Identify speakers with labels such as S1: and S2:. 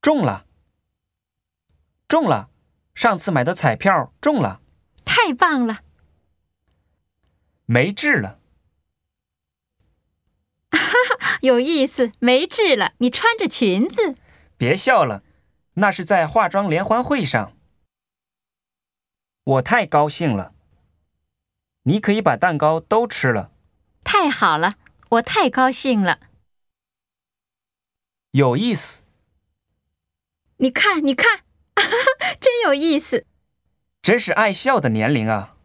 S1: 中了，中了！上次买的彩票中了，
S2: 太棒了！
S1: 没治了。
S2: 有意思，没治了。你穿着裙子，
S1: 别笑了，那是在化妆联欢会上。我太高兴了。你可以把蛋糕都吃了。
S2: 太好了，我太高兴了。
S1: 有意思，
S2: 你看，你看，真有意思。
S1: 真是爱笑的年龄啊。